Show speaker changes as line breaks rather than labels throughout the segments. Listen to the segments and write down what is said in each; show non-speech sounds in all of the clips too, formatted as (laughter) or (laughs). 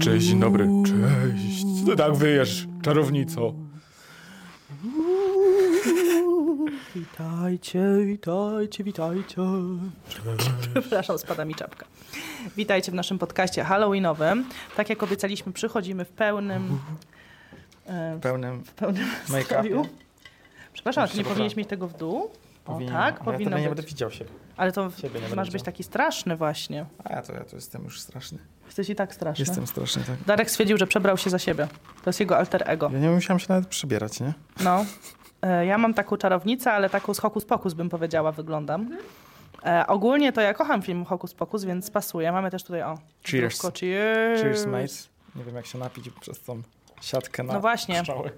Cześć, dzień dobry. Cześć. Co ty tak wyjesz, czarownico?
Witajcie, witajcie, witajcie. Przepraszam, spada mi czapka. Witajcie w naszym podcaście Halloweenowym. Tak jak obiecaliśmy, przychodzimy w pełnym. e,
pełnym.
W pełnym
Make-upie.
stroju. Przepraszam, czy nie
Trzeba
powinieneś
tak.
mieć tego w dół? O,
powinienem-
tak,
ale ja to
powinno
nie
być.
będę widział siebie.
Ale to w-
Siebie nie będę
masz być
widział.
taki straszny właśnie.
A ja to, ja to jestem już straszny.
Jesteś i tak straszny.
Jestem straszny, tak.
Darek stwierdził, że przebrał się za siebie. To jest jego alter ego.
Ja nie musiałam się nawet przybierać, nie?
No. E, Ja mam taką czarownicę, ale taką z Hokus Pokus bym powiedziała wyglądam. E, ogólnie to ja kocham film Hokus Pokus, więc pasuje. Mamy też tutaj o.
Cheers.
zdrówko. Cheers.
Cheers, mates. Nie wiem, jak się napić przez tą siatkę na
No właśnie.
pszczoły.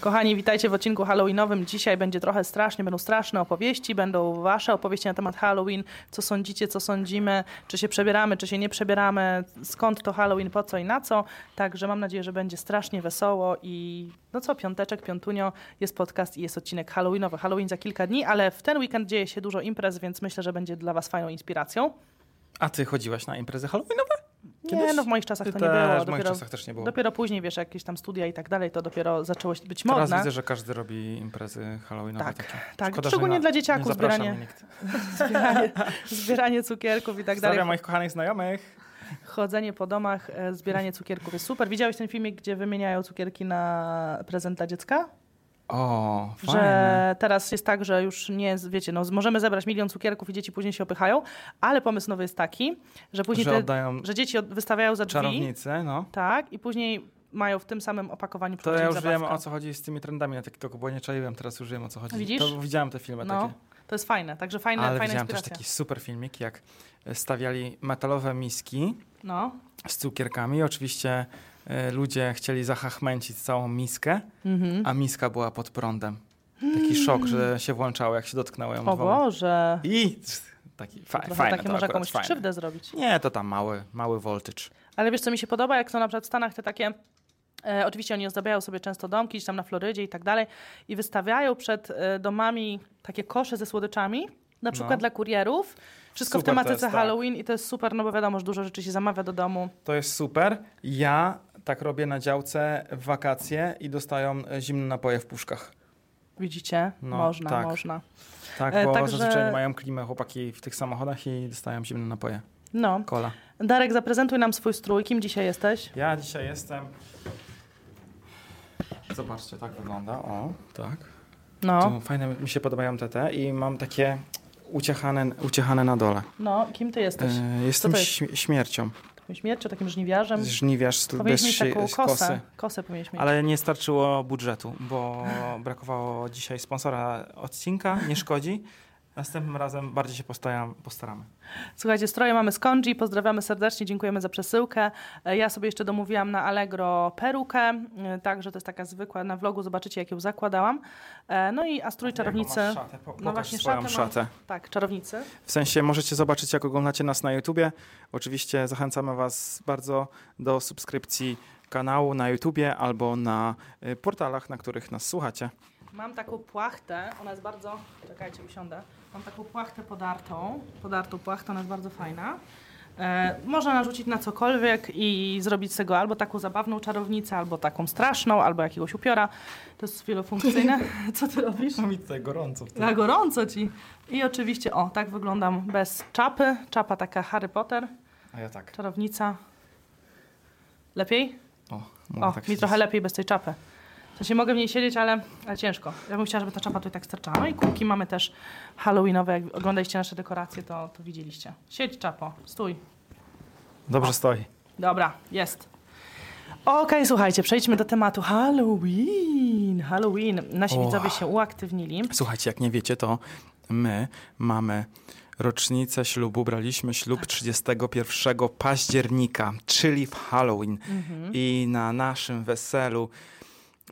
Kochani, witajcie w odcinku Halloweenowym. Dzisiaj będzie trochę strasznie, będą straszne opowieści, będą wasze opowieści na temat Halloween, co sądzicie, co sądzimy, czy się przebieramy, czy się nie przebieramy, skąd to Halloween, po co i na co. Także mam nadzieję, że będzie strasznie wesoło i no co, piąteczek, piątunio jest podcast i jest odcinek Halloweenowy. Halloween za kilka dni, ale w ten weekend dzieje się dużo imprez, więc myślę, że będzie dla was fajną inspiracją.
A ty chodziłaś na imprezy Halloweenowe?
Nie, no w moich czasach to nie
też,
było.
W moich
Dopiero,
czasach też nie było.
dopiero później, wiesz, jakieś tam studia i tak dalej, to dopiero zaczęło się być
Teraz
modne.
widzę, że każdy robi imprezy Halloweenowe.
Tak,
takie.
tak.
Szkoda, że
Szczególnie
na-
dla dzieciaków
nie zaprasza
zbieranie-
mnie nikt.
zbieranie, (laughs) zbieranie cukierków i tak dalej.
Pozdrawiam moich kochanych znajomych.
Chodzenie po domach, e, zbieranie cukierków jest super. Widziałeś ten filmik, gdzie wymieniają cukierki na prezent dla dziecka?
O, fajne.
Że teraz jest tak, że już nie, z- wiecie, no, z- możemy zebrać milion cukierków i dzieci później się opychają, ale pomysł nowy jest taki, że później
Że
te,
oddają
że dzieci od, wystawiają za drzwi.
czarownicę, no.
Tak, i później mają w tym samym opakowaniu
To ja
przychodzić
już wiem
zabawkę.
o co chodzi z tymi trendami na TikToku, bo nie czaiłem, teraz już wiem o co chodzi.
Widzisz?
To widziałem te filmy
No,
takie.
to jest fajne, także fajne,
Ale
fajna
widziałem też
inspiracja.
taki super filmik, jak e, stawiali metalowe miski
No.
z cukierkami. Oczywiście y, ludzie chcieli zahachmęcić całą miskę,
Mhm. Mm.
a miska była pod prądem. Taki szok, że się włączało, jak się dotknęło ją
O
dwoma.
Boże.
I taki fa-
Trochę
fajne
takie
to
może
akurat,
komuś
fajne.
krzywdę zrobić.
Nie, to tam mały, mały voltage.
Ale wiesz, co mi się podoba, jak są na przykład w Stanach te takie. E, oczywiście oni ozdabiają sobie często domki, gdzieś tam na Florydzie i tak dalej, i wystawiają przed e, domami takie kosze ze słodyczami, na przykład
No.
dla kurierów. Wszystko w
Super to
tematyce
jest, tak.
Halloween i to jest super, no bo wiadomo, że dużo rzeczy się zamawia do domu.
To jest super. Ja tak robię na działce w wakacje i dostają e, zimne napoje w puszkach.
Widzicie?
No,
można,
tak.
można.
Tak,
E,
bo
także-
zazwyczaj nie mają klimę chłopaki w tych samochodach i dostają zimne napoje.
No.
Kola.
Darek, zaprezentuj nam swój strój. Kim dzisiaj jesteś?
Ja dzisiaj jestem... Zobaczcie, tak wygląda. O, tak.
No,
To fajne, mi się podobają te te i mam takie uciechane, uciechane na dole.
no, kim ty jesteś?
E, jestem
to jest?
śmi- śmiercią.
Takim śmiercią, takim żniwiarzem?
Żniwiarz z- bez
Powinieneś mieć
szy-
taką
z
kosę.
kosy.
Kosę powinieneś mieć.
Ale nie starczyło budżetu, bo brakowało dzisiaj sponsora odcinka, nie szkodzi. Następnym razem bardziej się postaram, postaramy.
Słuchajcie, stroje mamy z Konji, pozdrawiamy serdecznie, dziękujemy za przesyłkę. E, Ja sobie jeszcze domówiłam na Allegro perukę, e, także to jest taka zwykła, na vlogu zobaczycie jak ją zakładałam. E, No i a strój czarownicy,
no
właśnie
właśnie swoją
szatę
szatę.
mam. tak, czarownicy.
W sensie możecie zobaczyć, jak oglądacie nas na YouTubie. Oczywiście zachęcamy Was bardzo do subskrypcji kanału na YouTubie albo na y, portalach, na których nas słuchacie.
Mam taką płachtę, ona jest bardzo, czekajcie, usiądę. Mam taką płachtę podartą, podartą płachtę, ona jest bardzo fajna. E, można narzucić na cokolwiek i zrobić z tego albo taką zabawną czarownicę, albo taką straszną, albo jakiegoś upiora. To jest wielofunkcyjne. Co ty robisz?
No mi tutaj gorąco w
Na gorąco ci. I oczywiście, o, tak wyglądam bez czapy. Czapa taka Harry Potter,
A ja tak.
czarownica. Lepiej?
O,
O,
tak
mi trochę lepiej bez tej czapy. W sensie mogę w niej siedzieć, ale, ale ciężko. Ja bym chciała, żeby ta czapa tutaj tak sterczała. No i kółki mamy też halloweenowe. Jak oglądaliście nasze dekoracje, to, to widzieliście. Siedź, czapo, stój.
Dobrze stoi.
Dobra, jest. Okej, słuchajcie, przejdźmy do tematu Halloween. Halloween. Nasi
O.
widzowie się uaktywnili.
Słuchajcie, jak nie wiecie, to my mamy rocznicę ślubu. Braliśmy
Tak.
ślub 31 października, czyli w Halloween.
Mhm.
I na naszym weselu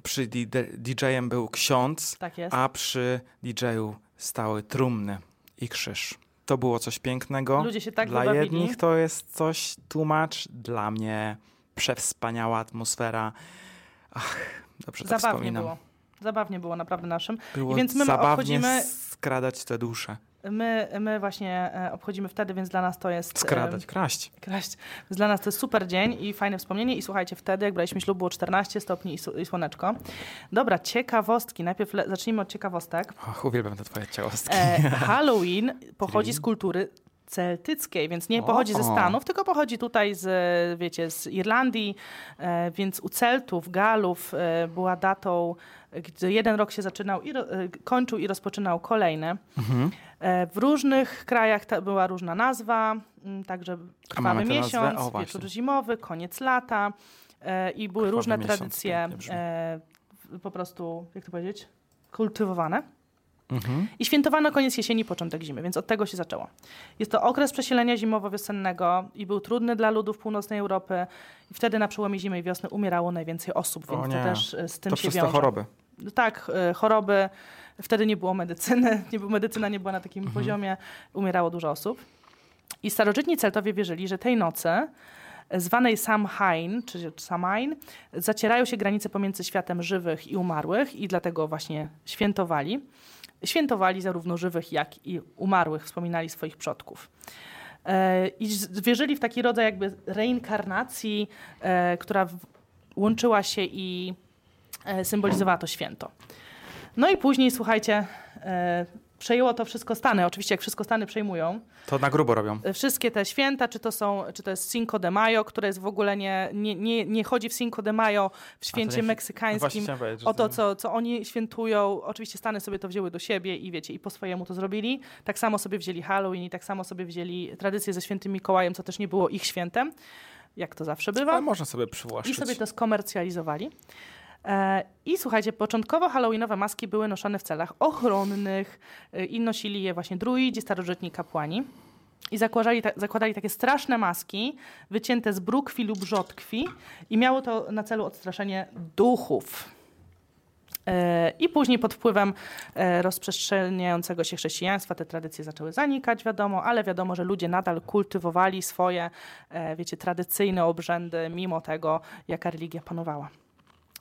przy DJ-em był ksiądz,
Tak jest.
a przy DJ-u stały trumny i krzyż. To było coś pięknego.
Ludzie się tak
dla
zabawili.
jednych to jest coś tłumacz, dla mnie przewspaniała atmosfera. Ach, dobrze tak
Zabawnie
wspominam.
było. Zabawnie było naprawdę naszym.
Było
I więc my
zabawnie
obchodzimy-
s- skradać te dusze.
My, my właśnie e, obchodzimy wtedy, więc dla nas to jest... e,
Skradać, kraść.
Kraść. Więc Dla nas to jest super dzień i fajne wspomnienie. I słuchajcie, wtedy, jak braliśmy ślub, było 14 stopni i, su- i słoneczko. Dobra, ciekawostki. Najpierw le- zacznijmy od ciekawostek.
Och, uwielbiam te twoje ciałostki. (laughs)
E, Halloween pochodzi z kultury celtyckiej, więc nie
O.
pochodzi ze Stanów, tylko pochodzi tutaj z, wiecie, z Irlandii, e, więc u Celtów, Galów e, była datą, gdzie jeden rok się zaczynał i ro, e, kończył i rozpoczynał kolejny.
Mhm,
E, w różnych krajach ta była różna nazwa, m, także krwawy
mamy tę nazwę?
miesiąc,
O,
wieczór
właśnie.
zimowy, koniec lata e, i były
Krwawy
różne
miesiąc,
tradycje
pięknie brzmi.
e, po prostu, jak to powiedzieć, kultywowane.
Mhm.
I świętowano koniec jesieni, początek zimy, więc od tego się zaczęło. Jest to okres przesilenia zimowo-wiosennego i był trudny dla ludów północnej Europy. I wtedy na przełomie zimy i wiosny umierało najwięcej osób,
O
więc to
nie.
też e, z tym
To
się
przez
wiąże.
te choroby.
Tak, e, choroby. Wtedy nie było medycyny, (laughs) nie było, medycyna nie była na takim poziomie, umierało dużo osób. I starożytni Celtowie wierzyli, że tej nocy, e, zwanej Samhain, czy Samain, zacierają się granice pomiędzy światem żywych i umarłych i dlatego właśnie świętowali. Świętowali zarówno żywych, jak i umarłych, wspominali swoich przodków. E, I z- wierzyli w taki rodzaj jakby reinkarnacji, e, która w- łączyła się i e, symbolizowała to święto. No i później, słuchajcie, e, przejęło to wszystko Stany. Oczywiście, jak wszystko Stany przejmują,
To na grubo robią.
e, wszystkie te święta, czy to, są, czy to jest Cinco de Mayo, które jest w ogóle nie, nie, nie, nie chodzi w Cinco de Mayo w święcie
nie-
meksykańskim.
No chciałem powiedzieć, że
O to,
ten-
co, co oni świętują, oczywiście Stany sobie to wzięły do siebie i wiecie, i po swojemu to zrobili. Tak samo sobie wzięli Halloween i tak samo sobie wzięli tradycję ze świętym Mikołajem, co też nie było ich świętem, jak to zawsze bywa.
Ale można sobie przywłaszczyć.
I sobie to skomercjalizowali. E, I słuchajcie, początkowo halloweenowe maski były noszone w celach ochronnych e, i nosili je właśnie druidzi, starożytni kapłani. I zakładali, ta, zakładali takie straszne maski, wycięte z brukwi lub rzodkwi i miało to na celu odstraszenie duchów. E, I później pod wpływem e, rozprzestrzeniającego się chrześcijaństwa te tradycje zaczęły zanikać, wiadomo, ale wiadomo, że ludzie nadal kultywowali swoje, e, wiecie, tradycyjne obrzędy, mimo tego, jaka religia panowała.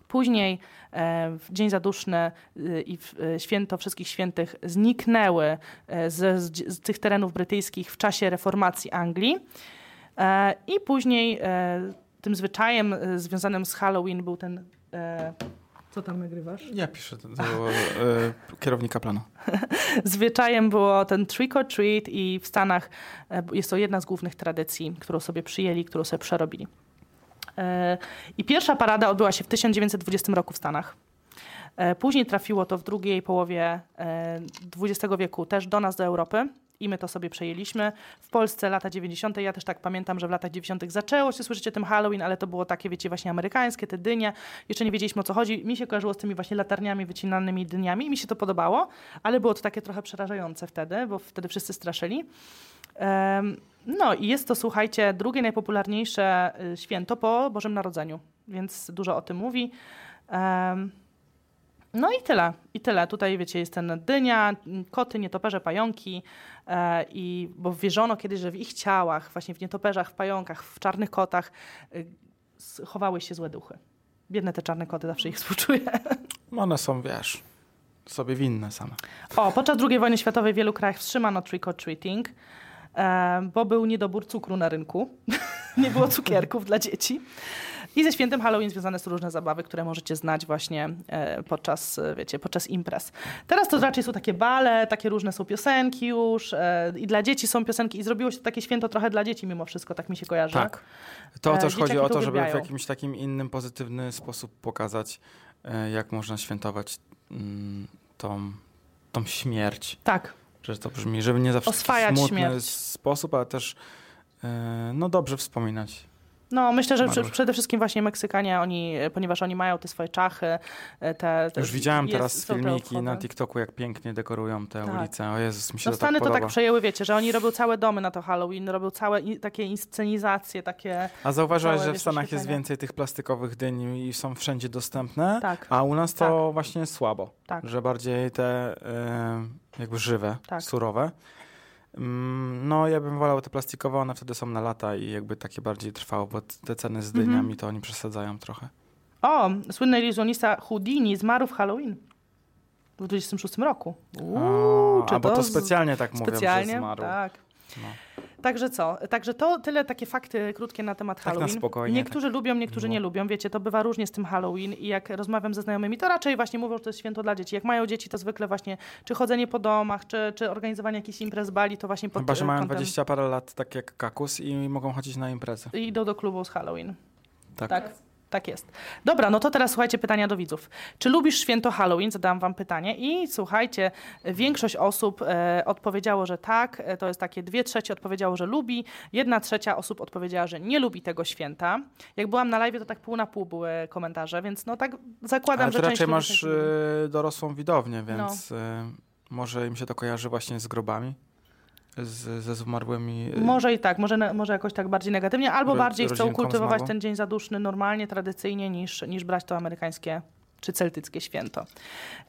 Później e, w Dzień Zaduszny y, i w- y, Święto Wszystkich Świętych zniknęły e, z, z, z tych terenów brytyjskich w czasie reformacji Anglii. E, I później e, tym zwyczajem e, związanym z Halloween był ten. E, co tam nagrywasz?
Ja piszę do, do e, kierownika planu.
Zwyczajem było ten trick or treat i w Stanach e, jest to jedna z głównych tradycji, którą sobie przyjęli, którą sobie przerobili. E, I pierwsza parada odbyła się w 1920 roku w Stanach. E, Później trafiło to w drugiej połowie e, XX wieku też do nas, do Europy. I my to sobie przejęliśmy. W Polsce lata 90. Ja też tak pamiętam, że w latach 90. zaczęło się słyszycie o tym Halloween, ale to było takie, wiecie, właśnie amerykańskie, te dynie. Jeszcze nie wiedzieliśmy o co chodzi. Mi się kojarzyło z tymi właśnie latarniami wycinanymi dyniami i mi się to podobało, ale było to takie trochę przerażające wtedy, bo wtedy wszyscy straszyli. Em, No i jest to, słuchajcie, drugie najpopularniejsze y, święto po Bożym Narodzeniu, więc dużo o tym mówi. Em, No i tyle, i tyle. Tutaj, wiecie, jest ten dynia, m, koty, nietoperze, pająki, e, i, bo wierzono kiedyś, że w ich ciałach, właśnie w nietoperzach, w pająkach, w czarnych kotach y, schowały się złe duchy. Biedne te czarne koty, zawsze ich współczuję.
No One są, wiesz, sobie winne same.
O, podczas II wojny światowej w wielu krajach wstrzymano trick-or-treating, e, bo był niedobór cukru na rynku. (laughs) Nie było cukierków dla dzieci. I ze świętem Halloween związane są różne zabawy, które możecie znać właśnie e, podczas, e, wiecie, podczas imprez. Teraz to raczej są takie bale, takie różne są piosenki już e, i dla dzieci są piosenki i zrobiło się to takie święto trochę dla dzieci mimo wszystko, tak mi się kojarzy.
Tak. To
E,
też chodzi
dzieciaki
o
to
to, żeby w
uwielbiają.
jakimś takim innym, pozytywny sposób pokazać, e, jak można świętować mm, tą, tą śmierć.
Tak,
Że to brzmi, żeby nie zawsze w taki
Oswajać
smutny
śmierć.
sposób, ale też e, no dobrze wspominać.
No, myślę, że
Bardzo.
przy- przede wszystkim właśnie Meksykanie, oni, ponieważ oni mają te swoje czachy, e, te, te
Już widziałem
jest-
teraz
są te
filmiki
obchody.
na TikToku, jak pięknie dekorują te
Tak.
ulice. O Jezus, mi się
No
to tak
Stany to
podoba.
tak przejęły, wiecie, że oni robią całe domy na to Halloween, robią całe i, takie inscenizacje, takie...
A zauważyłeś,
Całe
że w
wiesz,
Stanach jest
oświetlenie.
więcej tych plastikowych dyń i są wszędzie dostępne,
Tak.
a u nas to właśnie słabo,
Tak.
że bardziej te y, jakby żywe,
Tak.
surowe. Mm, No, ja bym wolał te plastikowe, one wtedy są na lata i jakby takie bardziej trwało, bo te ceny z dyniami
Mhm.
to oni przesadzają trochę.
O, słynny iluzjonista Houdini zmarł w Halloween. W 26 roku.
O,
Uuu, czy
a bo to
z-
specjalnie tak mówią, że
specjalnie?
zmarł.
Tak.
No.
Także co? Także to tyle takie fakty krótkie na temat
Tak, na
Halloween.
spokojnie, tak. No.
niektórzy lubią, niektórzy nie lubią. Wiecie, to bywa różnie z tym Halloween i jak rozmawiam ze znajomymi, to raczej właśnie mówią, że to jest święto dla dzieci. Jak mają dzieci, to zwykle właśnie czy chodzenie po domach, czy, czy organizowanie jakichś imprez bali, to właśnie pod
Chyba, że
e,
mają
kątem-
20 parę lat, tak jak kakus i mogą chodzić na imprezy.
I idą do klubu z Halloween.
Tak.
Tak. Tak jest. Dobra, no to teraz słuchajcie pytania do widzów. Czy lubisz święto Halloween? Zadałam wam pytanie i słuchajcie, większość osób e, odpowiedziało, że tak, e, to jest takie dwie trzecie odpowiedziało, że lubi, jedna trzecia osób odpowiedziała, że nie lubi tego święta. Jak byłam na live, to tak pół na pół były komentarze, więc no tak zakładam,
Ale ty
że część
raczej
lubi,
masz
część nie No. lubi.
y, dorosłą widownię, więc y, może im się to kojarzy właśnie z grobami, z, ze zmarłymi. y,
Może i tak, może, ne- może jakoś tak bardziej negatywnie, albo
Ro-
bardziej chcą
rodzinkom
kultywować
zmarło?
ten dzień zaduszny normalnie, tradycyjnie, niż, niż brać to amerykańskie czy celtyckie święto.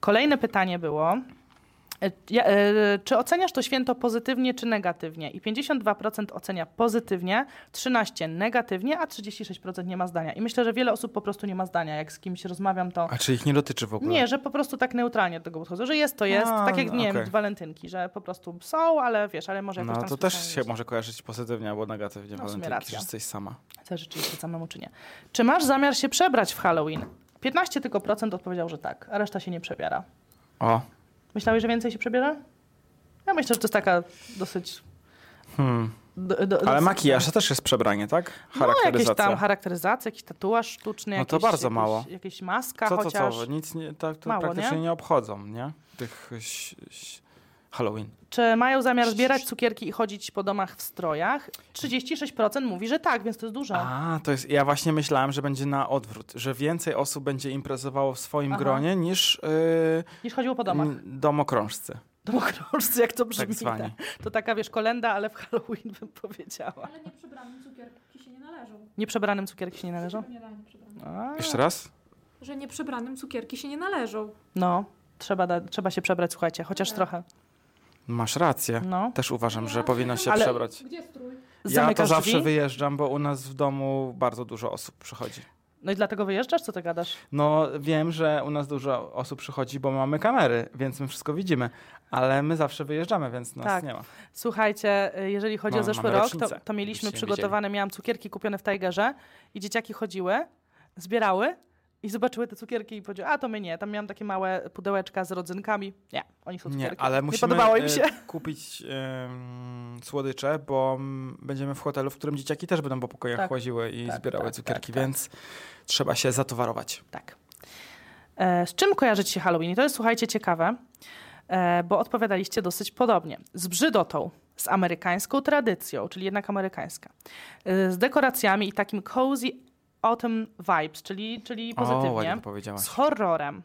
Kolejne pytanie było. e, ja- e, Czy oceniasz to święto pozytywnie czy negatywnie? I 52% ocenia pozytywnie, 13% negatywnie, a 36% nie ma zdania. I myślę, że wiele osób po prostu nie ma zdania. Jak z kimś rozmawiam, to
A czy ich nie dotyczy w ogóle?
nie, że po prostu tak neutralnie do tego podchodzę, że jest to jest,
A,
tak jak, nie
okej.
wiem, walentynki, że po prostu są, ale wiesz, ale może jakoś
No
tam
to też
specjalnie
się
jest.
może kojarzyć pozytywnie albo negatywnie,
No, w sumie
walentynki,
racja.
że jesteś sama.
zażyczyli się samemu czy nie. Czy masz zamiar się przebrać w Halloween? 15 tylko procent odpowiedział, że tak, a reszta się nie przebiera.
O,
Myślałeś, że więcej się przebiera? Ja myślę, że to jest taka dosyć...
hmm.
Do, do,
ale
dosyć-
makijaż to też jest przebranie, tak?
No, jakieś
Charakteryzacja.
tam charakteryzacja, jakiś tatuaż sztuczny,
No to
jakieś-
bardzo
jakieś,
mało.
Jakieś maska
co, co,
chociaż.
co, nic nie, tak, to
Mało,
praktycznie
nie?
nie? obchodzą, nie? Tych ś, ś, Halloween.
Czy mają zamiar zbierać cukierki i chodzić po domach w strojach? 36% mówi, że tak, więc to jest dużo.
A, to jest, ja właśnie myślałem, że będzie na odwrót, że więcej osób będzie imprezowało w swoim
Aha.
gronie niż yy,
Niż chodziło po domach.
n- domokrążcy,
Domokrążcy, jak to brzmi.
tak zwani.
tak. To taka, wiesz, kolenda, ale w Halloween bym powiedziała.
Ale nieprzebranym cukierki się nie należą.
Nieprzebranym cukierki się nie należą?
Nie daje nieprzebranym.
A.
Jeszcze raz?
Że nieprzebranym cukierki się nie należą.
No, trzeba, da, trzeba się przebrać, słuchajcie, chociaż
Tak.
trochę.
Masz rację.
No.
Też uważam, że powinno się
Ale-
przebrać.
Gdzie strój?
Ja to
Zamykasz
zawsze
drzwi?
wyjeżdżam, bo u nas w domu bardzo dużo osób przychodzi.
No i dlatego wyjeżdżasz? Co ty gadasz?
No wiem, że u nas dużo osób przychodzi, bo mamy kamery, więc my wszystko widzimy, ale my zawsze wyjeżdżamy, więc nas
Tak.
nie ma.
Słuchajcie, y, jeżeli chodzi
Mamy-
o zeszły
mamy
rok, to,
rocznicę,
to mieliśmy
żebyście
przygotowane, miałam cukierki kupione w Tigerze i dzieciaki chodziły, zbierały i zobaczyły te cukierki i powiedziały, a to my nie. Tam miałam takie małe pudełeczka z rodzynkami. Nie, oni są cukierki.
Nie, ale musimy
podobało im
y,
się. (laughs)
kupić ym, słodycze, bo mm, będziemy w hotelu, w którym dzieciaki też będą po pokojach
Tak.
łaziły i
Tak,
zbierały
tak,
cukierki,
tak, tak.
więc trzeba się zatowarować.
Tak. E, Z czym kojarzy ci się Halloween? I to jest, słuchajcie, ciekawe, e, bo odpowiadaliście dosyć podobnie. Z brzydotą, z amerykańską tradycją, czyli jednak amerykańska, e, z dekoracjami i takim cozy autumn vibes, czyli, czyli
O,
pozytywnie,
ładnie to powiedziałaś.
z horrorem,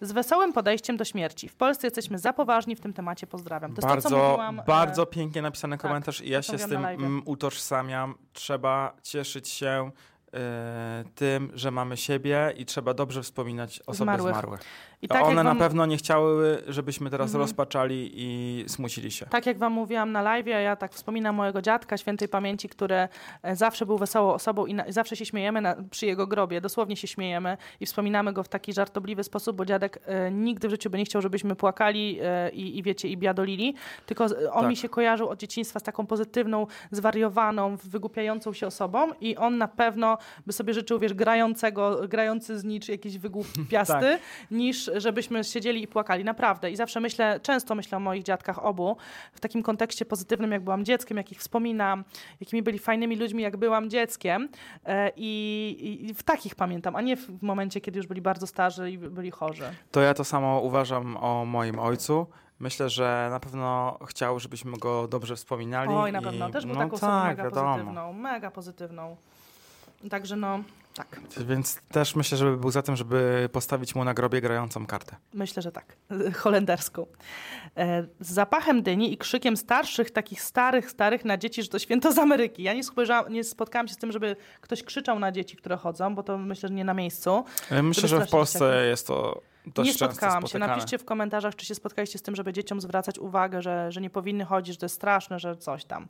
z wesołym podejściem do śmierci. W Polsce jesteśmy za poważni w tym temacie, pozdrawiam. To jest
bardzo,
to, co mówiłam, e,
bardzo pięknie napisany
tak,
komentarz i ja
to
się z
mówiłam
tym
na live'ie.
mm, utożsamiam. Trzeba cieszyć się e, tym, że mamy siebie i trzeba dobrze wspominać osoby zmarłych.
Zmarłych. I
To
tak,
one
jak wam, Mhm.
na pewno nie chciały, żebyśmy teraz rozpaczali i smucili się.
Tak jak wam mówiłam na live, ja tak wspominam mojego dziadka świętej pamięci, który e, zawsze był wesołą osobą i na, zawsze się śmiejemy na, przy jego grobie, dosłownie się śmiejemy i wspominamy go w taki żartobliwy sposób, bo dziadek e, nigdy w życiu by nie chciał, żebyśmy płakali e, i, i wiecie, i biadolili, tylko z, on
Tak.
mi się kojarzył od dzieciństwa z taką pozytywną, zwariowaną, wygłupiającą się osobą i on na pewno by sobie życzył, wiesz, grającego, grający znicz jakiś
(laughs)
wygłupiasty,
Tak.
niż żebyśmy siedzieli i płakali, naprawdę. I zawsze myślę, często myślę o moich dziadkach obu, w takim kontekście pozytywnym, jak byłam dzieckiem, jak ich wspominam, jakimi byli fajnymi ludźmi, jak byłam dzieckiem E, i, i, i w takich pamiętam, a nie w w momencie, kiedy już byli bardzo starzy i by- byli chorzy.
To ja to samo uważam o moim ojcu. Myślę, że na pewno chciał, żebyśmy go dobrze wspominali.
Oj, na
i-
pewno, też był
no,
taką osobą
tak,
mega
wiadomo.
pozytywną, mega pozytywną. Także no, tak.
Więc też myślę, żeby był za tym, żeby postawić mu na grobie grającą kartę.
Myślę, że tak. (laughs) Holenderską. E, Z zapachem dyni i krzykiem starszych, takich starych, starych na dzieci, że to święto z Ameryki. Ja nie, spojrzałam, nie spotkałam się z tym, żeby ktoś krzyczał na dzieci, które chodzą, bo to myślę, że nie na miejscu.
E, Myślę, że w
strasznie
Polsce
takie-
jest to dość
nie spotkałam
często
się.
spotykane.
Napiszcie w komentarzach, czy się spotkaliście z tym, żeby dzieciom zwracać uwagę, że, że nie powinny chodzić, że to jest straszne, że coś tam.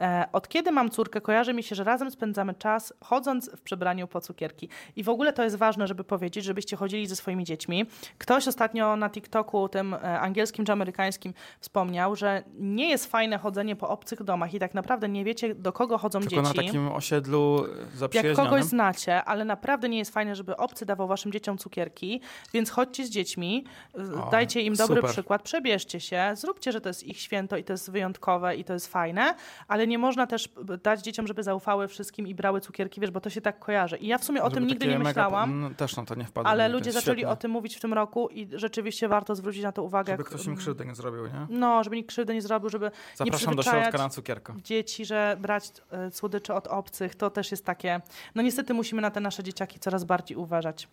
E, od kiedy mam córkę, kojarzy mi się, że razem spędzamy czas chodząc w przebraniu po cukierki. I w ogóle to jest ważne, żeby powiedzieć, żebyście chodzili ze swoimi dziećmi. Ktoś ostatnio na TikToku, tym e, angielskim czy amerykańskim, wspomniał, że nie jest fajne chodzenie po obcych domach i tak naprawdę nie wiecie, do kogo chodzą
Tylko na
dzieci.
takim osiedlu e,
Jak kogoś
zaprzyjaźnionym.
znacie, ale naprawdę nie jest fajne, żeby obcy dawał waszym dzieciom cukierki, więc chodźcie z dziećmi, z-
O,
dajcie im dobry
super.
przykład, przebierzcie się, zróbcie, że to jest ich święto i to jest wyjątkowe i to jest fajne, ale nie można też b- dać dzieciom, żeby zaufały wszystkim i brały cukierki, wiesz, bo to się tak kojarzy. I ja w sumie o tym
Żeby
nigdy
takie
nie
mega-
myślałam.
no, też na to nie wpadłem.
Ale
nigdy.
ludzie zaczęli
Świetne.
o tym mówić w tym roku i rzeczywiście warto zwrócić na to uwagę.
Żeby
jak- mm,
ktoś im krzywdy nie zrobił, nie?
No, żeby nikt krzywdy nie zrobił, żeby
Zapraszam do
przyzwyczajać-
środka na cukierka.
dzieci, że brać e, słodycze od obcych, to też jest takie. No niestety musimy na te nasze dzieciaki coraz bardziej uważać.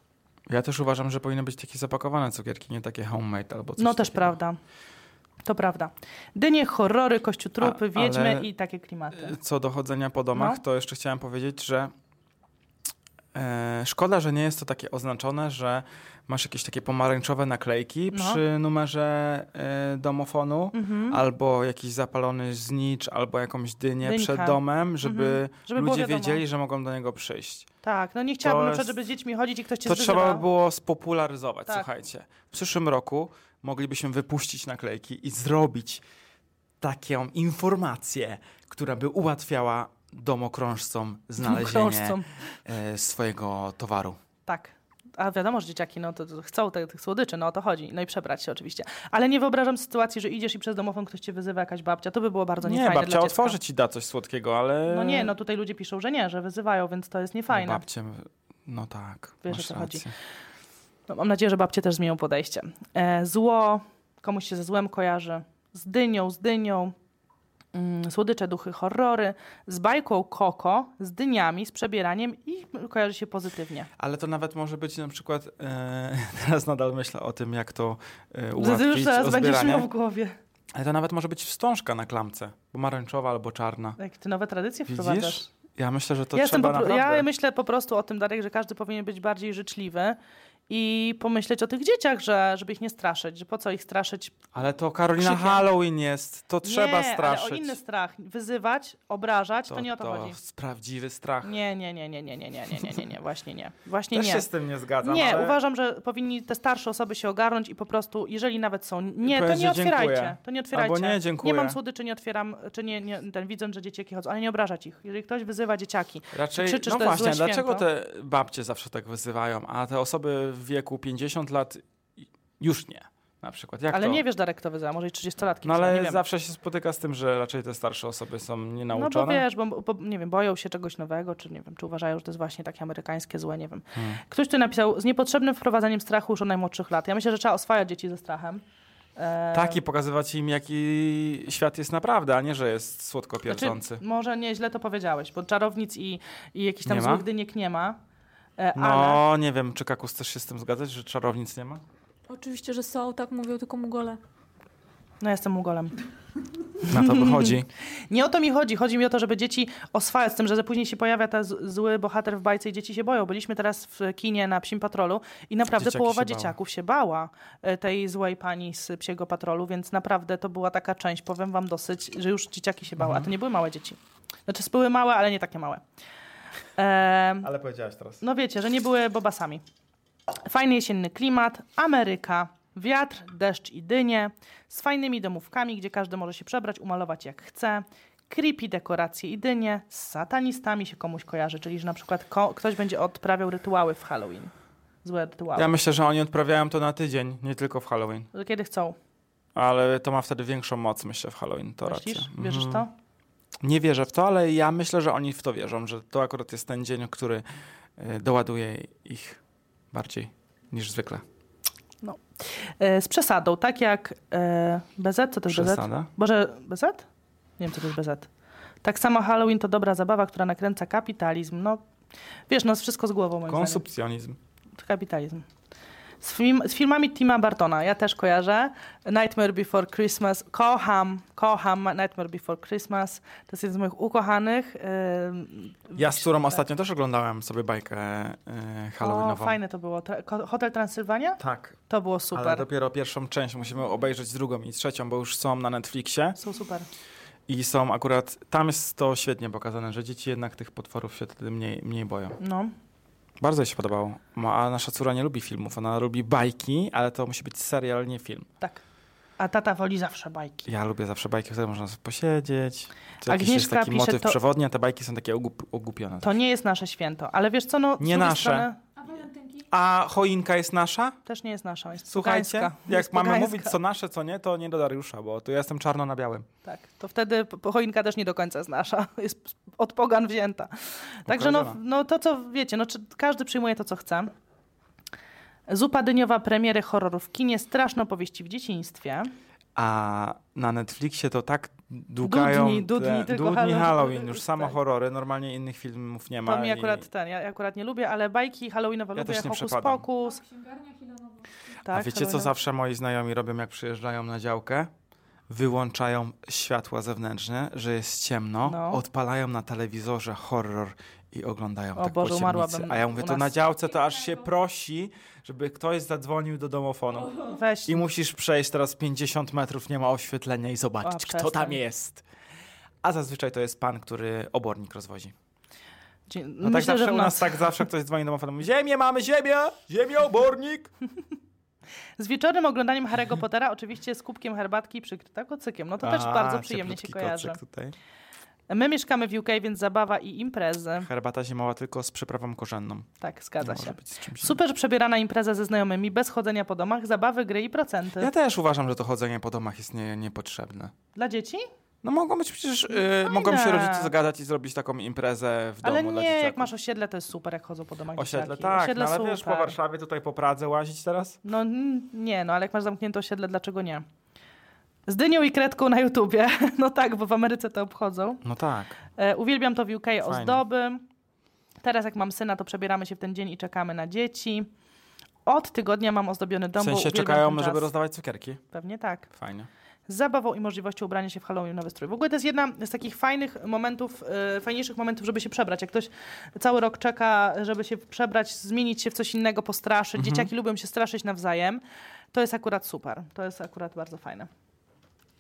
Ja też uważam, że powinny być takie zapakowane cukierki, nie takie homemade albo coś
No też
takiego.
prawda. To prawda. Dynie, horrory, kościotrupy,
A- ale-
wiedźmy i takie klimaty.
y, Co do chodzenia po domach,
No.
to jeszcze chciałem powiedzieć, że e, szkoda, że nie jest to takie oznaczone, że masz jakieś takie pomarańczowe naklejki
No.
przy numerze e, domofonu
Mhm.
albo jakiś zapalony znicz, albo jakąś dynię
Dynka. Mhm.
przed domem, żeby
Żeby było
ludzie
wiadomo.
wiedzieli, że mogą do niego przyjść.
Tak, no nie chciałabym
To
na przykład,
jest-
żeby z dziećmi chodzić i ktoś cię
To
zwyzywa.
trzeba by było spopularyzować,
Tak.
słuchajcie. W przyszłym roku moglibyśmy wypuścić naklejki i zrobić taką informację, która by ułatwiała domokrążcom znalezienie
Krążcą.
e, swojego towaru.
Tak. A wiadomo, że dzieciaki no, to, to chcą te, tych słodyczy, no o to chodzi. No i przebrać się oczywiście. Ale nie wyobrażam sytuacji, że idziesz i przez domofon ktoś cię wyzywa, jakaś babcia. No To by było bardzo
Nie,
niefajne dla
babcia
dziecka.
otworzy ci da coś słodkiego, ale...
No nie, no tutaj ludzie piszą, że nie, że wyzywają, więc to jest niefajne.
Babcie, no tak,
Wiesz, o
masz
co chodzi.
rację.
No, mam nadzieję, że babcie też zmienią podejście. E, zło, komuś się ze złem kojarzy, z dynią, z dynią, mm, słodycze, duchy, horrory, z bajką koko, z dyniami, z przebieraniem i kojarzy się pozytywnie.
Ale to nawet może być na przykład... E, (laughs) teraz nadal myślę o tym, jak to e,
Ty już
ułatwić,
zaraz będziesz
rozbieranie.
miał w głowie.
Ale to nawet może być wstążka na klamce, pomarańczowa albo czarna.
Jak ty nowe tradycje wprowadzasz.
Widzisz? Ja myślę, że to
ja, jestem
trzeba
po,
naprawdę...
ja myślę po prostu o tym, Darek, że każdy powinien być bardziej życzliwy i pomyśleć o tych dzieciach, że, żeby ich nie straszyć, że po co ich straszyć
Ale to Karolina
Krzykiem.
Halloween jest, to trzeba
nie,
straszyć.
Ale o inny strach. Wyzywać, obrażać, to, nie o to, chodzi.
jest Prawdziwy strach.
Nie, nie, nie, nie, nie, nie, nie, nie, nie, nie, nie, właśnie nie. Właśnie
Też
nie.
się z tym nie zgadzam.
Nie,
ale...
uważam, że powinni te starsze osoby się ogarnąć i po prostu, jeżeli nawet są, nie, to
powiedzieć,
nie otwierajcie.
dziękuję.
To nie otwierajcie.
Albo nie, dziękuję.
mam słodyczy, nie otwieram, czy nie, nie ten, widząc, że dzieciaki chodzą, ale nie obrażać ich. Jeżeli ktoś wyzywa dzieciaki,
Raczej,
krzyczysz,
no
to jest
właśnie,
złe
dlaczego
święto?
te babcie zawsze tak wyzywają, a te osoby w wieku 50 lat już nie, na przykład. Jak
ale
Tak to?
nie wiesz, Darek, kto wyzywa, może i 30-latki.
No
wyzywa, nie
ale
wiem.
zawsze się spotyka z tym, że raczej te starsze osoby są
No bo
nienauczone.
wiesz, bo, bo nie wiem, boją się czegoś nowego, czy nie wiem, czy uważają, że to jest właśnie takie amerykańskie złe, nie wiem.
Hmm.
Ktoś tu napisał, z niepotrzebnym wprowadzaniem strachu już od najmłodszych lat. Ja myślę, że trzeba oswajać dzieci ze strachem. E,
Tak i pokazywać im, jaki świat jest naprawdę, a nie, że jest słodko pierdzący.
Znaczy, może nieźle to powiedziałeś, bo czarownic i, i jakichś tam
Nie ma?
złych dyniek nie ma, e, ale...
No, nie wiem, czy Kakus też się z tym zgadzać, że czarownic nie ma?
Oczywiście, że są, tak mówią tylko mugole.
No ja jestem ugolem.
Na to wychodzi.
(laughs) Nie o to mi chodzi. Chodzi mi o to, żeby dzieci oswajać z tym, że później się pojawia ten z- zły bohater w bajce i dzieci się boją. Byliśmy teraz w kinie na Psim Patrolu i naprawdę
Dzieciaki
połowa
się bały.
dzieciaków się bała e, tej złej pani z Psiego Patrolu, więc naprawdę to była taka część, powiem wam dosyć, że już dzieciaki się bały,
Mhm.
a to nie były małe dzieci. Znaczy były małe, ale nie takie małe. E, Em,
Ale powiedziałaś teraz.
No wiecie, że nie były bobasami. Fajny jesienny klimat, Ameryka, wiatr, deszcz i dynie, z fajnymi domówkami, gdzie każdy może się przebrać, umalować jak chce, creepy dekoracje i dynie, z satanistami się komuś kojarzy, czyli że na przykład ko- ktoś będzie odprawiał rytuały w Halloween. Złe rytuały.
Ja myślę, że oni odprawiają to na tydzień, nie tylko w Halloween.
Że Kiedy chcą,
Ale to ma wtedy większą moc, myślę, w Halloween. To
myślisz?
racja.
Wierzysz w
Mhm.
to?
Nie wierzę w to, ale ja myślę, że oni w to wierzą, że to akurat jest ten dzień, który e, doładuje ich bardziej niż zwykle.
E, z przesadą, tak jak e, BZ, co to jest BZ?
Przesada.
Boże, BZ? Nie wiem, co to jest BZ. Tak samo Halloween to dobra zabawa, która nakręca kapitalizm. No, wiesz, no wszystko z głową moim zdaniem.
Konsumpcjonizm.
To kapitalizm. Z, film, z filmami Tima Bartona, ja też kojarzę. Nightmare Before Christmas, kocham, kocham Nightmare Before Christmas. To jest jeden z moich ukochanych. ym,
Ja z którą ostatnio też oglądałem sobie bajkę e,
Tak. o,
Halloweenową.
fajne to było. Tra- Ko- Hotel Transylwania?
Tak,
To było
ale
super.
dopiero pierwszą część. Musimy obejrzeć drugą i trzecią, bo już są na Netflixie.
Są super.
I są akurat, tam jest to świetnie pokazane, że dzieci jednak tych potworów się wtedy mniej, mniej boją.
No.
Bardzo jej się podobało. Ma- A nasza córa nie lubi filmów, ona lubi bajki, ale to musi być serial, nie film.
Tak. A tata woli zawsze bajki.
Ja lubię zawsze bajki, wtedy można sobie posiedzieć. To jakiś jest
Agnieszka
taki
pisze,
motyw
to-
przewodni, a te bajki są takie ogup- ogłupione.
To nie jest nasze święto, ale wiesz co, no... z
Nie
drugiej
nasze.
Strony,
A walentynki?
A choinka jest nasza?
też nie jest nasza, jest
Słuchajcie,
pogańska.
jak
Jest
mamy
pogańska.
mówić co nasze, co nie, to nie do Dariusza, bo tu ja jestem czarno na białym.
Tak, to wtedy po- choinka też nie do końca jest nasza, (laughs) jest od pogan wzięta. Także no,
Ukradziona.
no to co, wiecie, no, czy każdy przyjmuje to, co chce. Zupa dyniowa premiery horrorów w kinie, straszne opowieści w dzieciństwie.
A na Netflixie to tak długają
Dudni, dudni, tylko Halloween.
Halloween, już same
Tak.
horrory, normalnie innych filmów nie ma.
To mi
i-
akurat ten, ja akurat nie lubię, ale bajki halloweenowe
Ja
lubię,
też nie
Hokus
przepadam.
Pokus.
Księgarnia Hilanowa.
Tak,
A wiecie, co
Halloweenowe.
zawsze moi znajomi robią, jak przyjeżdżają na działkę? Wyłączają światła zewnętrzne, że jest ciemno,
No.
odpalają na telewizorze horror i oglądają
O
tak
Boże,
po
umarłabym
ciemnicy. A ja mówię,
u
to
nas.
na działce to aż się prosi, żeby ktoś zadzwonił do domofonu.
Weź,
I musisz przejść teraz 50 metrów, nie ma oświetlenia i
O,
zobaczyć, kto
przestań.
tam jest. A zazwyczaj to jest pan, który obornik rozwozi.
dzie-
No
myślę,
tak
że
zawsze
w
u nas
nas.
tak zawsze ktoś dzwoni do domofonu mówi, ziemię mamy, ziemię, ziemię obornik.
Z wieczornym oglądaniem Harry'ego Pottera, oczywiście z kubkiem herbatki przykryta kocykiem. No to też
A,
bardzo przyjemnie się
cieplutki
kojarzy.
kocyk Tutaj.
My mieszkamy w UK, więc zabawa i imprezy.
Herbata zimowa tylko z przyprawą korzenną.
Tak, zgadza
nie
się.
Może być z czymś innym.
Super przebierana impreza ze znajomymi, bez chodzenia po domach, zabawy, gry i procenty.
Ja też uważam, że to chodzenie po domach jest nie, niepotrzebne.
Dla dzieci?
No mogą być przecież, y, mogą się rodzice zgadać i zrobić taką imprezę w domu
Ale
dla
nie,
dzieciaków.
jak masz osiedle, to jest super, jak chodzą po domach
osiedle,
dzieciaki.
tak, no, ale
super.
wiesz, po Warszawie tutaj po Pradze łazić teraz?
No n- nie, no ale jak masz zamknięte osiedle, dlaczego nie? Z dynią i kredką na YouTubie. (laughs) No tak, bo w Ameryce to obchodzą.
No tak.
E, uwielbiam to w UK ozdoby. Teraz jak mam syna, to przebieramy się w ten dzień i czekamy na dzieci. Od tygodnia mam ozdobiony dom,
W sensie
bo uwielbiam
czekają,
ten czas.
żeby rozdawać cukierki.
Pewnie tak.
Fajnie.
z zabawą i możliwością ubrania się w Halloweenowy strój. W ogóle to jest jedna z takich fajnych momentów, e, fajniejszych momentów, żeby się przebrać. Jak ktoś cały rok czeka, żeby się przebrać, zmienić się w coś innego, postraszyć. Dzieciaki lubią się straszyć nawzajem. To jest akurat super. To jest akurat bardzo fajne.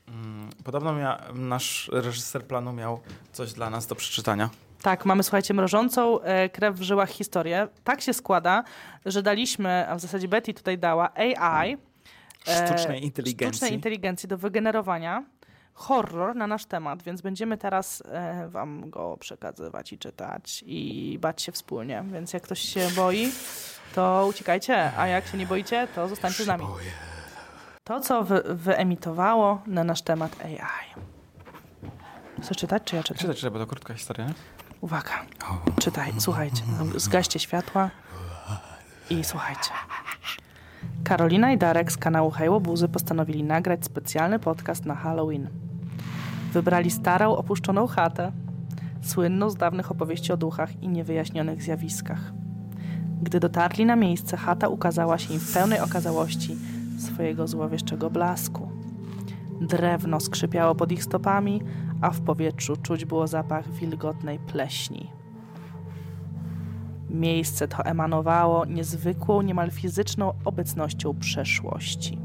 Mm, Podobno mia- nasz reżyser planu miał coś dla nas do przeczytania.
Tak, mamy, słuchajcie, mrożącą e, krew w żyłach historię. Tak się składa, że daliśmy, a w zasadzie Betty tutaj dała, AI. e,
Sztucznej inteligencji.
Sztucznej inteligencji do wygenerowania horror na nasz temat, więc będziemy teraz e, wam go przekazywać i czytać i bać się wspólnie. Więc jak ktoś się boi, to uciekajcie, a jak się nie boicie, to zostańcie z nami. To, co wy, wyemitowało na nasz temat AI. Chcesz czytać, czy ja czytam?
Czytaj, czytaj, bo to krótka historia, nie?
Uwaga, czytaj, słuchajcie, zgaście światła i słuchajcie. Karolina i Darek z kanału Hejło Buzy postanowili nagrać specjalny podcast na Halloween. Wybrali starą, opuszczoną chatę, słynną z dawnych opowieści o duchach i niewyjaśnionych zjawiskach. Gdy dotarli na miejsce, chata ukazała się im w pełnej okazałości swojego złowieszczego blasku. Drewno skrzypiało pod ich stopami, a w powietrzu czuć było zapach wilgotnej pleśni. Miejsce to emanowało niezwykłą, niemal fizyczną obecnością przeszłości.